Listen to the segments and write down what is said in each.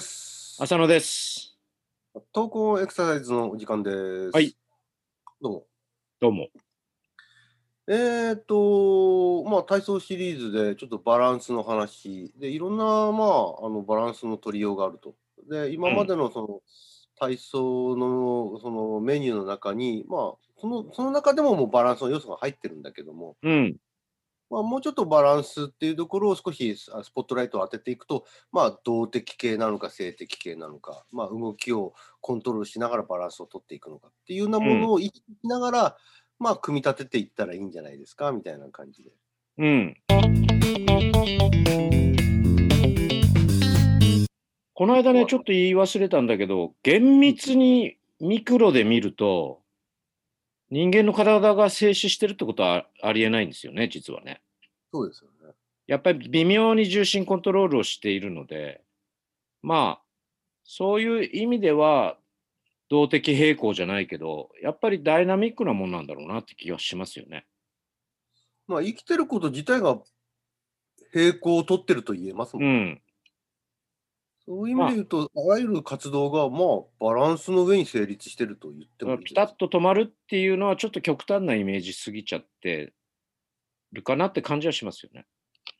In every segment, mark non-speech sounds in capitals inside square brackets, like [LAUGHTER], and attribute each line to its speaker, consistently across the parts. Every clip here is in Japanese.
Speaker 1: 浅野です。
Speaker 2: 投稿エクササイズのお時間です。
Speaker 1: はい。
Speaker 2: どうも。
Speaker 1: どうも。
Speaker 2: えーっと、まあ、体操シリーズでちょっとバランスの話で、いろんな、まあ、あのバランスの取りようがあると。で、今までのその、体操のそのメニューの中に、まあ、そのその中でももうバランスの要素が入ってるんだけども、
Speaker 1: うん。
Speaker 2: まあ、もうちょっとバランスっていうところを少しあスポットライトを当てていくと、まあ、動的系なのか性的系なのか、まあ、動きをコントロールしながらバランスを取っていくのかっていうようなものを言いながら、まあ、組み立てていったらいいんじゃないですかみたいな感じで。
Speaker 1: うん。この間ね、ちょっと言い忘れたんだけど、厳密にミクロで見ると、人間の体が静止してるってことはあありえないんですよね、実はね。
Speaker 2: そうですよね。
Speaker 1: やっぱり微妙に重心コントロールをしているので、まあ、そういう意味では、動的平衡じゃないけど、やっぱりダイナミックなもんなんだろうなって気がしますよね。
Speaker 2: まあ、生きてること自体が平行を取ってると言えますも。
Speaker 1: うんん。
Speaker 2: そういう意味で言うと、あらゆる活動が、まあ、バランスの上に成立してると言ってもいいんじ
Speaker 1: ピ
Speaker 2: ゃな
Speaker 1: タ
Speaker 2: いで
Speaker 1: ッと止まるっていうのはちょっと極端なイメージすぎちゃってるかなって感じはしますよね。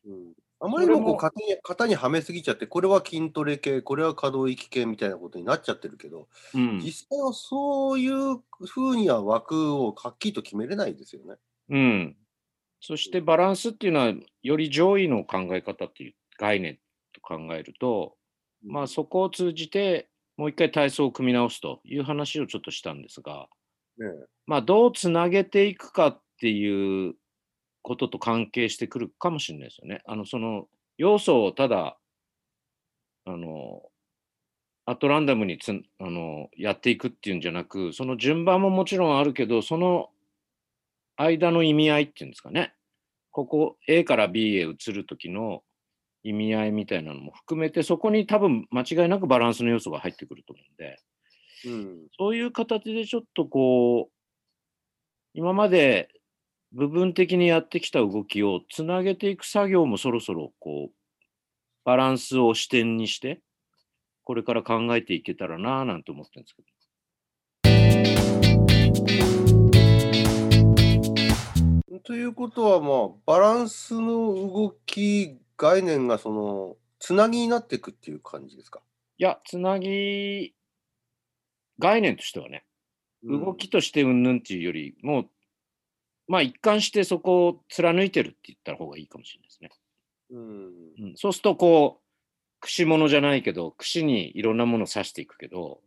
Speaker 2: うんあまりにもこ
Speaker 1: そ
Speaker 2: う
Speaker 1: れ
Speaker 2: 型
Speaker 1: も
Speaker 2: に型にはめすぎちゃって、これは筋トレ系、これは可動域系みたいなことになっちゃってるけど、
Speaker 1: うん。
Speaker 2: 実際はそういうふうには枠をはっきりと決めれないですよね。
Speaker 1: うん、そしてバランスっていうのはより上位の考え方っていう概念と考えると、まあそこを通じてもう一回体操を組み直すという話をちょっとしたんですが、
Speaker 2: ね
Speaker 1: まあどうつなげていくかっていうことと関係してくるかもしれないですよね。あのその要素をただあのアットランダムにつんあのやっていくっていうんじゃなくその順番ももちろんあるけどその間の意味合いっていうんですかねここ A から B へ移る時の意味合いみたいなのも含めてそこに多分間違いなくバランスの要素が入ってくると思うんで。
Speaker 2: えうん
Speaker 1: そういう形でちょっとこう、今まで部分的にやってきた動きをつなげていく作業もそろそろこう、バランスを視点にして、これから考えていけたらなぁなんて思ってるんですけど。
Speaker 2: ということは、まあ、バランスの動き、概念がそのつなぎになっていくっていう感じですか。
Speaker 1: いや、つなぎ、概念としてはね、
Speaker 2: うん
Speaker 1: 動きとしてうんぬんっていうより、もう、まあ一貫してそこを貫いてるって言った方がいいかもしれないですね。
Speaker 2: うん
Speaker 1: うんそうするとこう串物じゃないけど串にいろんなものを刺していくけど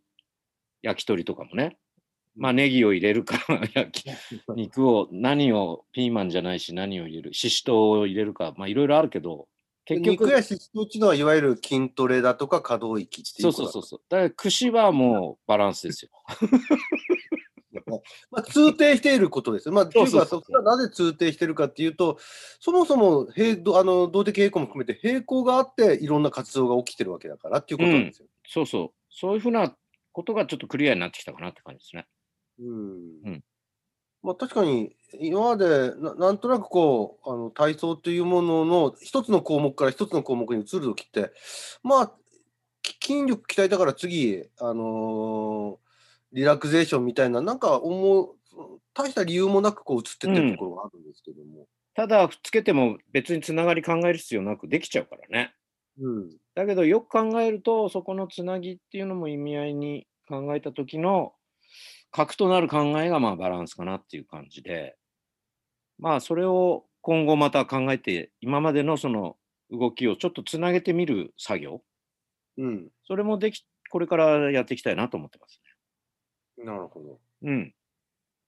Speaker 1: 焼き鳥とかもねまあネギを入れるか
Speaker 2: [LAUGHS]
Speaker 1: 焼き肉を何をピーマンじゃないし何を入れるししとうを入れるかまあいろいろあるけど
Speaker 2: で
Speaker 1: 結局
Speaker 2: 肉や脂質っていうのはいわゆる筋トレだとか可動域ってい
Speaker 1: そうう
Speaker 2: こと
Speaker 1: そ
Speaker 2: だ
Speaker 1: うそうそうだから串はもうバランスですよ。
Speaker 2: まあ、通底していることです。まあ、
Speaker 1: そうそう
Speaker 2: って
Speaker 1: そ
Speaker 2: いううかそこがなぜ通底しているかっていうと、そもそも平どあの動的平衡も含めて平行があって、いろんな活動が起きてるわけだからっていうことなんですよ。
Speaker 1: そうそうそういうふうなことがちょっとクリアになってきたかなって感じですね。
Speaker 2: うん
Speaker 1: うん
Speaker 2: まあ、確かに、今までななんとなくこうあの体操というものの一つの項目から一つの項目に移るときって、まあ、き筋力鍛えたから次、あのーリラクゼーションみたいな、なんか思う、大した理由もなくこう移ってってるところがあるんですけども。
Speaker 1: ただくっつけても別につながり考える必要なくできちゃうからね。
Speaker 2: うん
Speaker 1: だけどよく考えるとそこのつなぎっていうのも意味合いに考えた時の核となる考えがまあバランスかなっていう感じでまあそれを今後また考えて今までのその動きをちょっとつなげてみる作業
Speaker 2: うん、
Speaker 1: それもできこれからやっていきたいなと思ってます
Speaker 2: なるほど。
Speaker 1: ね。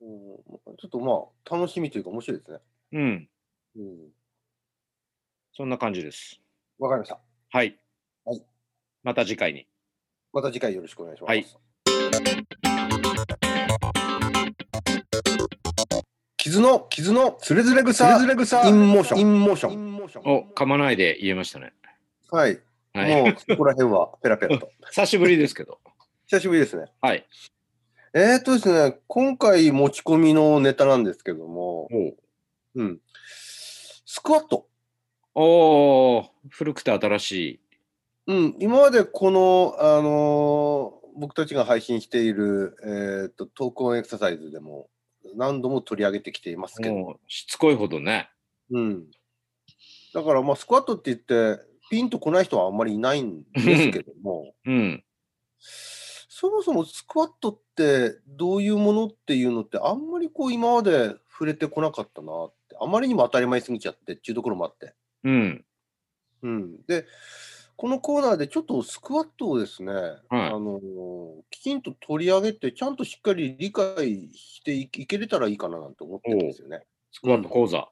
Speaker 1: うん
Speaker 2: うんちょっとまあ、楽しみというか面白いですね。
Speaker 1: うん
Speaker 2: うん。
Speaker 1: そんな感じです。
Speaker 2: わかりました。
Speaker 1: はい。
Speaker 2: はい
Speaker 1: また次回に。
Speaker 2: また次回よろしくお願いします。
Speaker 1: はい
Speaker 2: 傷の、傷の、つれずれ草、
Speaker 3: つれづれ草
Speaker 2: インモーション、
Speaker 3: イ
Speaker 2: ンモーシ
Speaker 3: インモーション
Speaker 1: お噛まないで言えましたね。
Speaker 2: はい。
Speaker 1: はい、
Speaker 2: もう、そこら辺はペラペ
Speaker 1: [LAUGHS]
Speaker 2: ラと。
Speaker 1: 久しぶりですけど。
Speaker 2: 久しぶりですね。
Speaker 1: はい。
Speaker 2: えーとですね、今回持ち込みのネタなんですけども、
Speaker 1: [LAUGHS] おう
Speaker 2: うん。スクワット。
Speaker 1: おー古くて新しい
Speaker 2: うん、今までこの、あのー僕たちが配信している、えー、とトークオンエクササイズでも何度も取り上げてきていますけど、
Speaker 1: もうしつこいほどね。
Speaker 2: うん、だから、まあ、スクワットって言ってピンとこない人はあんまりいないんですけど
Speaker 1: [LAUGHS]
Speaker 2: も
Speaker 1: うん。
Speaker 2: そもそもスクワットってどういうものっていうのってあんまりこう今まで触れてこなかったなってあまりにも当たり前すぎちゃってっていうところもあって。
Speaker 1: うん。
Speaker 2: うん、で、このコーナーでちょっとスクワットをですね、あのーきちんと取り上げて、ちゃんとしっかり理解していいけれたらいいかななんて思ってるんですよね。
Speaker 1: スクワット講座。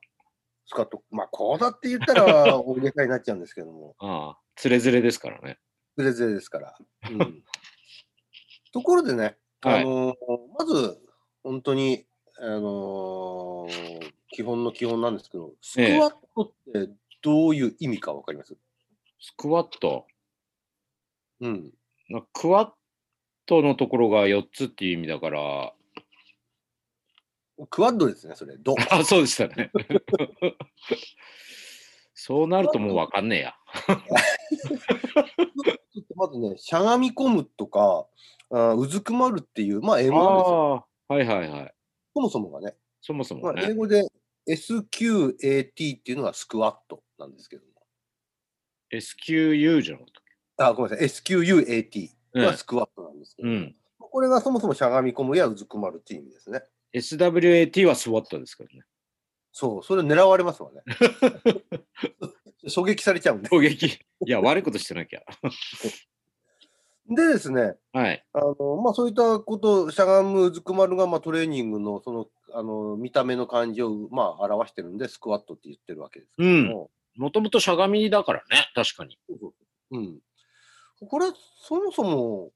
Speaker 2: スクワット、まあ、講座って言ったら大げさになっちゃうんですけど
Speaker 1: [LAUGHS]
Speaker 2: も、
Speaker 1: ああ、つれづれですからね。
Speaker 2: ズレズレですから。うん、ところでね、あ
Speaker 1: はい
Speaker 2: のーまず、本当に、あのー基本の基本なんですけど、スク
Speaker 1: ええ
Speaker 2: ワットってどういう意味かわかります、
Speaker 1: スクワット。
Speaker 2: うん
Speaker 1: なクワットのところが4つっていう意味だから。
Speaker 2: クワッドですね、それ。ド。
Speaker 1: あ、そうでしたね。 [LAUGHS] そうなるともうわかんねえや。
Speaker 2: まずね、しゃがみ込むとか、あーうずくまるっていう、まあ、英
Speaker 1: あ
Speaker 2: 語なんですよ。
Speaker 1: あ、はいはいはい。
Speaker 2: そもそもがね。
Speaker 1: そもそ
Speaker 2: ま
Speaker 1: も
Speaker 2: あ、英
Speaker 1: ね。
Speaker 2: 語で SQAT っていうのがスクワットなんですけども。
Speaker 1: SQU じゃなかっ
Speaker 2: あ、ごめんなさい。SQUAT
Speaker 1: た
Speaker 2: が
Speaker 1: っけ
Speaker 2: スクワットなんですけ
Speaker 1: う
Speaker 2: ど、
Speaker 1: ん。うん。
Speaker 2: これがそもそもしゃがみ込むやうずくまるっていう意味ですね。
Speaker 1: SWAT はスワットですからね。
Speaker 2: そう、それ狙われます
Speaker 1: [LAUGHS]
Speaker 2: わね。狙撃されちゃうんで。
Speaker 1: 攻撃。いや、悪いことしてなきゃ。
Speaker 2: でですね、
Speaker 1: はい。
Speaker 2: あのまあ、そういったこと、しゃがむ、うずくまるが、まあ、トレーニングのそのあの見た目の感じを、まあ、表してるんで、スクワットって言ってるわけですけども、
Speaker 1: もともとしゃがみだからね。確かに。
Speaker 2: うんこれ、そもそも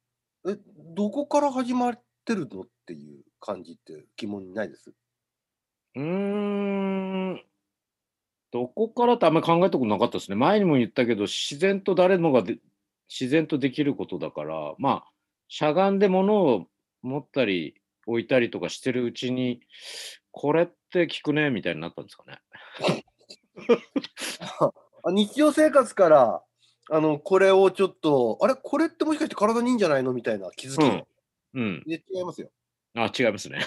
Speaker 2: え、どこから始まってるのっていう感じって疑問にないです。
Speaker 1: うーん。どこからってあんまり考えたことなかったですね。前にも言ったけど、自然と誰もがで自然とできることだから、まあ、しゃがんで物を持ったり置いたりとかしてるうちに、これって効くねみたいになったんですかね。
Speaker 2: あ日常生活からあのこれをちょっと、あれ、これってもしかして体にいいんじゃないのみたいな気づき、
Speaker 1: うんうん。
Speaker 2: で違いますよ。
Speaker 1: あ、違いま
Speaker 2: [LAUGHS]
Speaker 1: すね。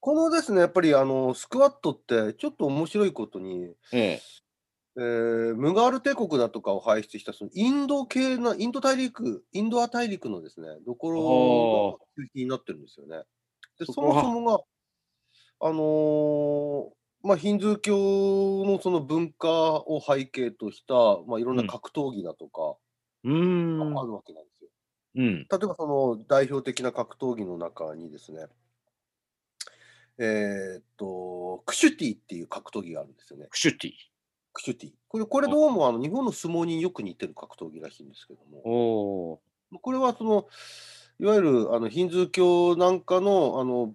Speaker 2: このですね、やっぱりあのスクワットってちょっと面白いことに、
Speaker 1: ええ。
Speaker 2: えームガール帝国だとかを輩出したそのインド系のインド大陸インドア大陸のですねどころが中心になってるんですよね。で
Speaker 1: そ
Speaker 2: そ
Speaker 1: こは
Speaker 2: もそもがあのーまあヒンズー教のその文化を背景とした、まあ、いろんな格闘技だとか
Speaker 1: [LAUGHS] うーん
Speaker 2: があ。るわけなんですよ。
Speaker 1: うん。
Speaker 2: 例えばその代表的な格闘技の中にですね、えーっと、クシュティっていう格闘技があるんですよね。
Speaker 1: クシュティ。
Speaker 2: クシュティ。これこれどうもあの日本の相撲によく似てる格闘技らしいんですけども、
Speaker 1: おー。
Speaker 2: これはその、いわゆるあのヒンズー教なんかの、あの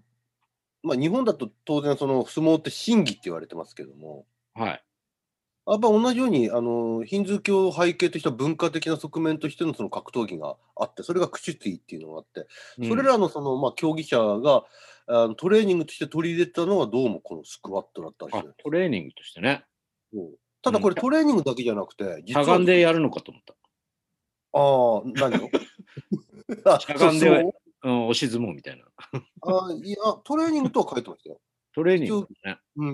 Speaker 2: まあ、日本だと当然その相撲って真偽って言われてますけども、
Speaker 1: はい。
Speaker 2: やっぱ同じようにあのヒンズー教を背景とした文化的な側面としてのその格闘技があって、それがクシュティっていうのがあって、
Speaker 1: うん
Speaker 2: それらのその、まあ、競技者があのトレーニングとして取り入れたのはどうもこのスクワットだったら
Speaker 1: あ
Speaker 2: しいです
Speaker 1: トレーニングとしてね。
Speaker 2: うんただこれトレーニングだけじゃなくて、
Speaker 1: し
Speaker 2: 実
Speaker 1: ゃ
Speaker 2: は
Speaker 1: がんでやるのかと思った。
Speaker 2: ああ、何
Speaker 1: [LAUGHS]
Speaker 2: をあ
Speaker 1: しゃがんで
Speaker 2: そうそう
Speaker 1: うん、押し相撲みたいな。
Speaker 2: あいや、トレーニングとは書いてましたよ。
Speaker 1: トレーニングだね。
Speaker 2: うん。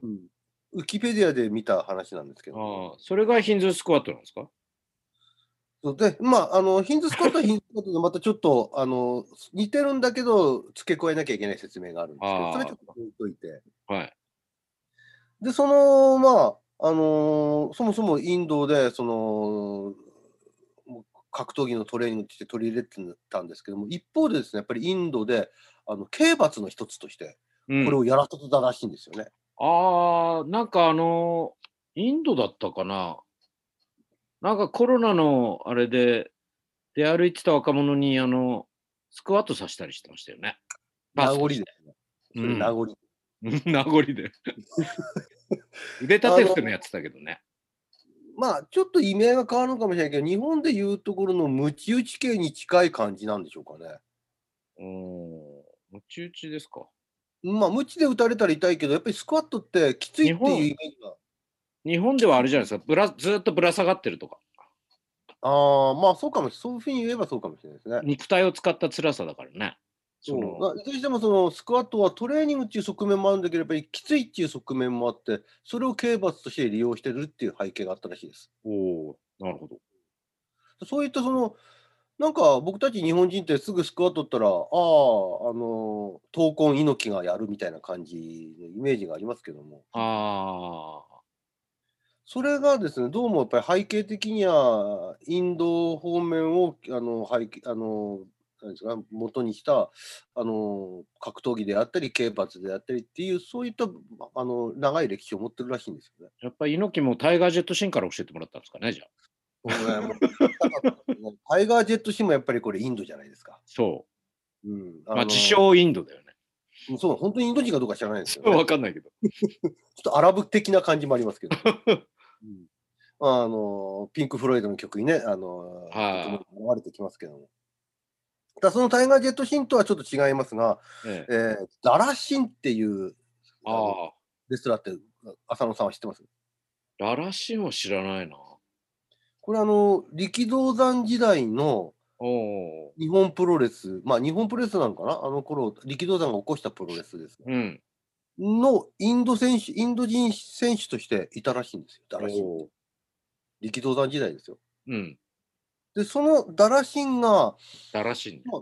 Speaker 2: ウィキペディアで見た話なんですけど。
Speaker 1: ああ、それがヒンズースクワットなんですか
Speaker 2: そうで、まあ、あの、ヒンズースクワットはヒンズースクワットでまたちょっと、あの、似てるんだけど、付け加えなきゃいけない説明があるんですけ
Speaker 1: あ
Speaker 2: ど、
Speaker 1: あ
Speaker 2: それちょっと置いといて。
Speaker 1: はい。
Speaker 2: で、その、まあ、あのーそもそもインドで、その、もう格闘技のトレーニングとして取り入れてたんですけども、一方でですね、やっぱりインドで、あの刑罰の一つとして、
Speaker 1: うん
Speaker 2: これをやらせてたらしいんですよね。
Speaker 1: ああ、なんかあの、インドだったかな。なんかコロナのあれで出歩いてた若者にあの、スクワットさせたりしてましたよね。
Speaker 2: 名
Speaker 1: バス
Speaker 2: 残
Speaker 1: と
Speaker 2: で
Speaker 1: し
Speaker 2: す
Speaker 1: て
Speaker 2: ね。それ名残。
Speaker 1: うん [LAUGHS] 名残で。腕立て伏せもやってたけどね。
Speaker 2: まあ、ちょっと意味合いが変わるのかもしれないけど、日本でいうところのムチ打ち系に近い感じなんでしょうかね。
Speaker 1: おー、むち打ちですか。
Speaker 2: まあ、ムチで打たれたら痛いけど、やっぱりスクワットってきついっていうイメージが。
Speaker 1: 日本ではあれじゃないですか。ぶらずーっとぶら下がってるとか。
Speaker 2: ああ、まあそうかもしそういうふうに言えばそうかもしれないですね。
Speaker 1: 肉体を使った辛さだからね。その
Speaker 2: そういずれにしてもそのスクワットはトレーニングっていう側面もあるんだけど、やっぱりきついっていう側面もあって、それを刑罰として利用してるっていう背景があったらしいです。
Speaker 1: おおなるほど。
Speaker 2: そういったその、なんか僕たち日本人ってすぐスクワットったら、ああ、あの、闘魂猪木がやるみたいな感じのイメージがありますけども、
Speaker 1: ああ、
Speaker 2: それがですね、どうもやっぱり背景的には、インド方面を、あの、背景、あの、なんですか元にしたあの格闘技であったり刑罰であったりっていうそういったあの長い歴史を持ってるらしいんですよね。
Speaker 1: やっぱり猪木もタイガージェットシンから教えてもらったんですかね、じゃあ。
Speaker 2: これもう [LAUGHS] タイガー・ジェットシンもやっぱりこれインドじゃないですか。
Speaker 1: そ
Speaker 2: うん、
Speaker 1: う。
Speaker 2: あ
Speaker 1: まあ、
Speaker 2: の
Speaker 1: 自称インドだよね。
Speaker 2: そう、本当にインド人かどうか知らないんです
Speaker 1: そ
Speaker 2: よ、
Speaker 1: う、わ
Speaker 2: ね。
Speaker 1: かんないけど。
Speaker 2: ちょっとアラブ的な感じもあり
Speaker 1: [LAUGHS]
Speaker 2: ますけど。うんあのピンク・フロイドの曲にね、あの
Speaker 1: はい
Speaker 2: 曲も流れてきますけども。ただそのタイガー・ジェット・シンとはちょっと違いますが、
Speaker 1: ええ、
Speaker 2: えーダラ・シンっていうあの
Speaker 1: ああ、
Speaker 2: レストランって浅野さんは知ってます
Speaker 1: ララシンは知らないな。
Speaker 2: これあの力道山時代の
Speaker 1: おお
Speaker 2: 日本プロレス、まあ日本プロレスなのかなあの頃、力道山が起こしたプロレスです。
Speaker 1: ー。うん。
Speaker 2: のインド選手、インド人選手としていたらしいんですよ。ダラシン。
Speaker 1: おー
Speaker 2: 力道山時代ですよ。
Speaker 1: うん。
Speaker 2: で、そのダラシンが
Speaker 1: ララシンね。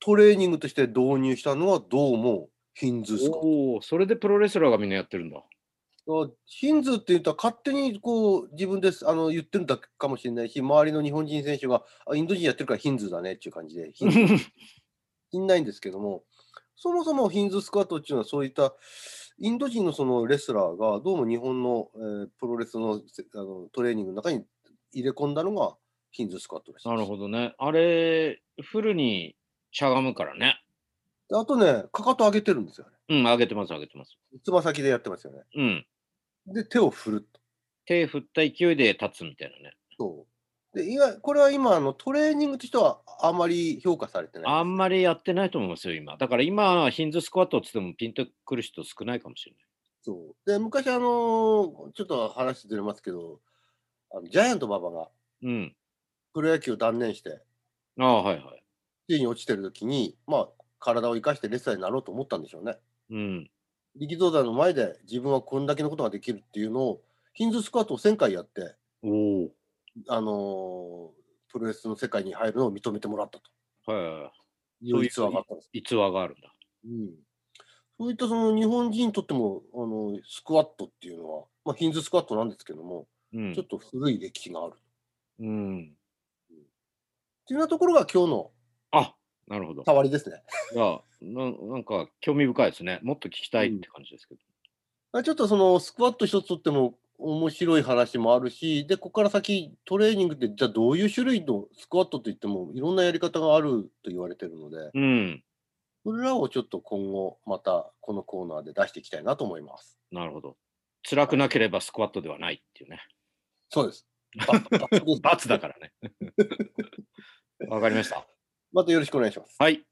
Speaker 2: トレーニングとして導入したのはどうもヒンズースか。
Speaker 1: おお、それでプロレスラーがみんなやってるんだ。
Speaker 2: あヒンズーって言ったら勝手にこう自分ですあの言ってるだけかもしれないし、周りの日本人選手があインド人やってるからヒンズーだねっていう感 [LAUGHS] じで、ヒンズーいないんですけども、そもそもヒンズースクワットっていうのはそういったインド人のそのレスラーがどうも日本の、えープロレスのせあのトレーニングの中に入れ込んだのがヒンズースクワットらしい
Speaker 1: な
Speaker 2: です。
Speaker 1: るほどね。あれ、フルにしゃがむからね。
Speaker 2: であとね、かかと上げてるんですよね。
Speaker 1: うん、上げてます、上げてます。
Speaker 2: つま先でやってますよね。
Speaker 1: うん。
Speaker 2: で、手を振ると。
Speaker 1: 手振った勢いで立つみたいなね。
Speaker 2: そうでいわこれは今あの、トレーニングとしてはあまり評価されてない。
Speaker 1: あんまりやってないと思いますよ、今。だから今、ヒンズースクワットっつってもピンとくる人少ないかもしれない。
Speaker 2: そうで昔、あのーちょっと話ずれますけど、あのジャイアント馬場が
Speaker 1: うん。
Speaker 2: プロ野球を断念して、
Speaker 1: ああ、はいはい。
Speaker 2: 地に落ちてる時に、まあ、体を生かしてレスラーになろうと思ったんでしょうね。
Speaker 1: うん。
Speaker 2: 力道山の前で自分はこんだけのことができるっていうのを、ヒンズースクワットを1000回やって、
Speaker 1: お
Speaker 2: あのープロレスの世界に入るのを認めてもらったと
Speaker 1: お。はいそう
Speaker 2: う
Speaker 1: いう
Speaker 2: 逸話があったんです。
Speaker 1: い。逸話があるんだ。
Speaker 2: うん、そういったその日本人にとっても、あのスクワットっていうのは、まあ、ヒンズースクワットなんですけども、
Speaker 1: うん
Speaker 2: ちょっ。と古い歴史がある。っ
Speaker 1: うん。
Speaker 2: ていうようなところが今日の
Speaker 1: あなるほど。
Speaker 2: 触りですね。
Speaker 1: いやな、なんか興味深いですね。もっと聞きたいって感じですけど。
Speaker 2: まあちょっとそのスクワット一つとっても面白い話もあるし、で、ここから先トレーニングってじゃあどういう種類のスクワットといってもいろんなやり方があると言われてるので、
Speaker 1: うん。
Speaker 2: それらをちょっと今後またこのコーナーで出していきたいなと思います。
Speaker 1: なるほど。辛くなければスクワットではないっていうね。
Speaker 2: そうです。ばば [LAUGHS]
Speaker 1: 罰だからね。わかりました。
Speaker 2: またよろしくお願いします。
Speaker 1: はい。